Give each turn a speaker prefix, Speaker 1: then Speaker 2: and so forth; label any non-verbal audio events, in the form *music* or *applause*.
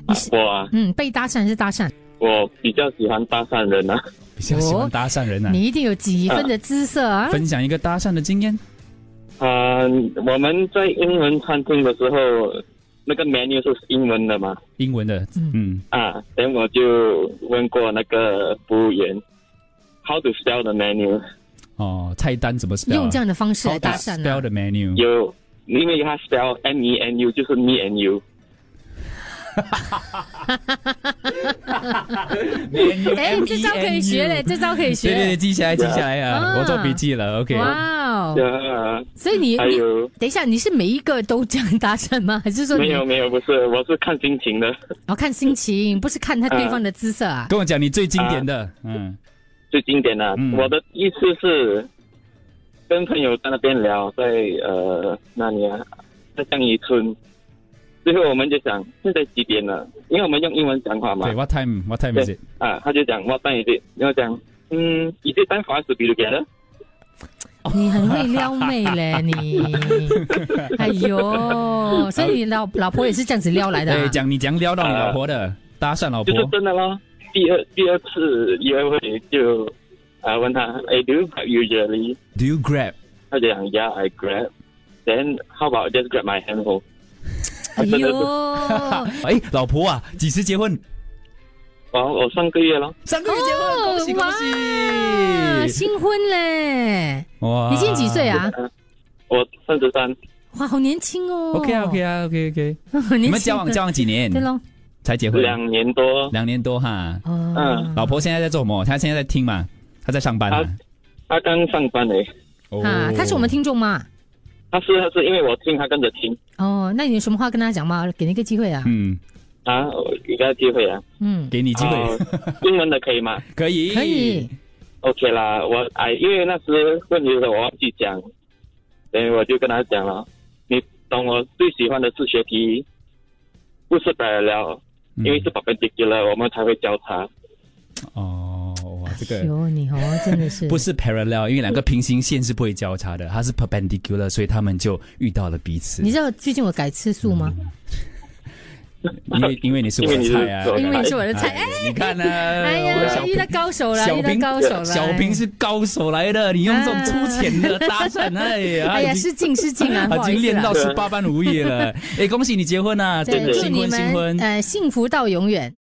Speaker 1: 你
Speaker 2: 啊
Speaker 1: 是
Speaker 2: 我啊，
Speaker 1: 嗯，被搭讪还是搭讪？
Speaker 2: 我比较喜欢搭讪人啊。 *laughs*
Speaker 3: 比较喜欢搭讪人呢、
Speaker 1: 你一定有几分的姿色啊！
Speaker 3: 嗯呃分享一个搭讪的经验。
Speaker 2: 啊、我们在英文餐厅的时候，那个 menu 是英文的嘛？
Speaker 3: 英文的，
Speaker 1: 嗯
Speaker 3: 嗯，
Speaker 2: 啊，然后我就问过那个服务员，How to spell the menu？
Speaker 3: 哦，菜单怎么 spell？啊
Speaker 1: 用这样的方式来搭讪
Speaker 3: How does
Speaker 1: 啊
Speaker 3: spell the menu，
Speaker 2: 有，因为他 spell M E N U 就是 me and you。
Speaker 1: 哎，这招可以学嘞，这招可以
Speaker 3: E 对对对，
Speaker 1: 学。
Speaker 3: 记下来，记下来啊！
Speaker 1: 啊
Speaker 3: 我做笔记了，OK。
Speaker 1: 哇哦！
Speaker 2: 啊，
Speaker 1: 所以你
Speaker 2: 还
Speaker 1: 你
Speaker 2: 有
Speaker 1: 等一下，你是每一个都这样搭讪吗？还是说
Speaker 2: 没
Speaker 1: 你
Speaker 2: 有没有，不是，我是看心情的。
Speaker 1: 哦看心情，不是看他对方的姿色
Speaker 3: *laughs*
Speaker 1: 啊？
Speaker 3: 跟我讲你最经典
Speaker 2: 啊
Speaker 3: 的，嗯，
Speaker 2: 最经典的、
Speaker 3: 嗯
Speaker 2: 我的意思是，跟朋友在那边聊，在呃那里啊，在江宜村，最后我们就想现在几点了？因为我们用英文讲话嘛
Speaker 3: 对，，What time？What time is it？
Speaker 2: 啊，他就讲 What time is it？然后讲嗯，is it time for us to be together？
Speaker 1: 你很会撩妹嘞，
Speaker 3: *laughs*
Speaker 1: 你！哎呦，所以你老老婆也是这样子撩来的啊
Speaker 3: 对，？哎讲你讲撩到你老婆的，搭讪老
Speaker 2: 啊就
Speaker 3: 婆
Speaker 2: 是真的咯。第二第二次约会就啊、问他，哎，do you grab usually？
Speaker 3: ，Do you grab？
Speaker 2: 他就讲 Yeah, I grab. Then how about just grab my handhold？
Speaker 1: 哎
Speaker 2: 真的是
Speaker 1: 呦，
Speaker 3: 哎，老婆啊，几时结婚？
Speaker 2: 哦我我上个月咯，
Speaker 3: 三个月结
Speaker 1: 哦
Speaker 3: 婚， *laughs* 恭喜恭
Speaker 1: 哇，
Speaker 3: 喜！
Speaker 1: 新婚嘞！
Speaker 3: 哇
Speaker 1: 你今年几岁啊？
Speaker 2: 我三十三。
Speaker 1: 哇，好年轻哦
Speaker 3: ？OK 啊
Speaker 1: *laughs*
Speaker 3: ，OK 啊，OK OK。
Speaker 1: 很
Speaker 3: 你
Speaker 1: 年轻。
Speaker 3: 们交往交往几年
Speaker 1: 对喽，
Speaker 3: 才结婚？
Speaker 2: 两年多，
Speaker 3: 两年多哈。
Speaker 1: 哦
Speaker 2: 嗯，
Speaker 3: 老婆现在在做什么？她现在在听嘛？她在上班嘛
Speaker 2: 她他刚上班诶，
Speaker 3: 哦
Speaker 1: 啊，他是我们听众嘛？
Speaker 2: 他是他是因为我听他跟着听
Speaker 1: 哦，那你有什么话跟他讲吗？给你一个机会啊。
Speaker 3: 嗯，
Speaker 2: 啊，我给他机会啊，
Speaker 1: 嗯，
Speaker 3: 给你机会，
Speaker 2: 啊英文的可以吗
Speaker 3: 可以
Speaker 1: 可以。
Speaker 2: ？OK 啦，我哎，因为那时问题是我忘记讲，所以我就跟他讲了，你懂我最喜欢的是学题，不是白聊，
Speaker 3: 嗯
Speaker 2: 因为是 perpendicular，我们才会交叉。
Speaker 3: 哦，哇，这个
Speaker 1: 哟，你哦，真的是
Speaker 3: *laughs* 不是 parallel，因为两个平行线是不会交叉的，它是 perpendicular，所以他们就遇到了彼此
Speaker 1: 你。知道最近我改次数吗？
Speaker 3: 因为因为你是我的菜啊，
Speaker 2: 因
Speaker 1: 因为你是我的菜，
Speaker 3: 哎
Speaker 1: 哎，
Speaker 3: 你看呢、
Speaker 1: 哎
Speaker 3: 我的
Speaker 1: 呀，
Speaker 3: 小
Speaker 1: 遇到
Speaker 3: 平。
Speaker 1: 高手了，
Speaker 3: 小
Speaker 1: 遇到
Speaker 3: 平
Speaker 1: 高手了。
Speaker 3: 小平是高手来的，你用这种粗浅的搭讪，哎呀，
Speaker 1: *laughs* 哎呀，
Speaker 3: 已经
Speaker 1: 失敬失敬
Speaker 3: *laughs*
Speaker 1: 啊，不好
Speaker 3: 已经
Speaker 1: 意思
Speaker 3: 练
Speaker 1: 啊 *laughs*
Speaker 3: 到。十八般武艺了。哎，恭喜你结婚啊！
Speaker 1: 对，
Speaker 3: 真的
Speaker 1: 祝
Speaker 3: 新
Speaker 1: 你
Speaker 3: 婚新
Speaker 1: 们
Speaker 3: 婚，
Speaker 1: 呃幸福到永远。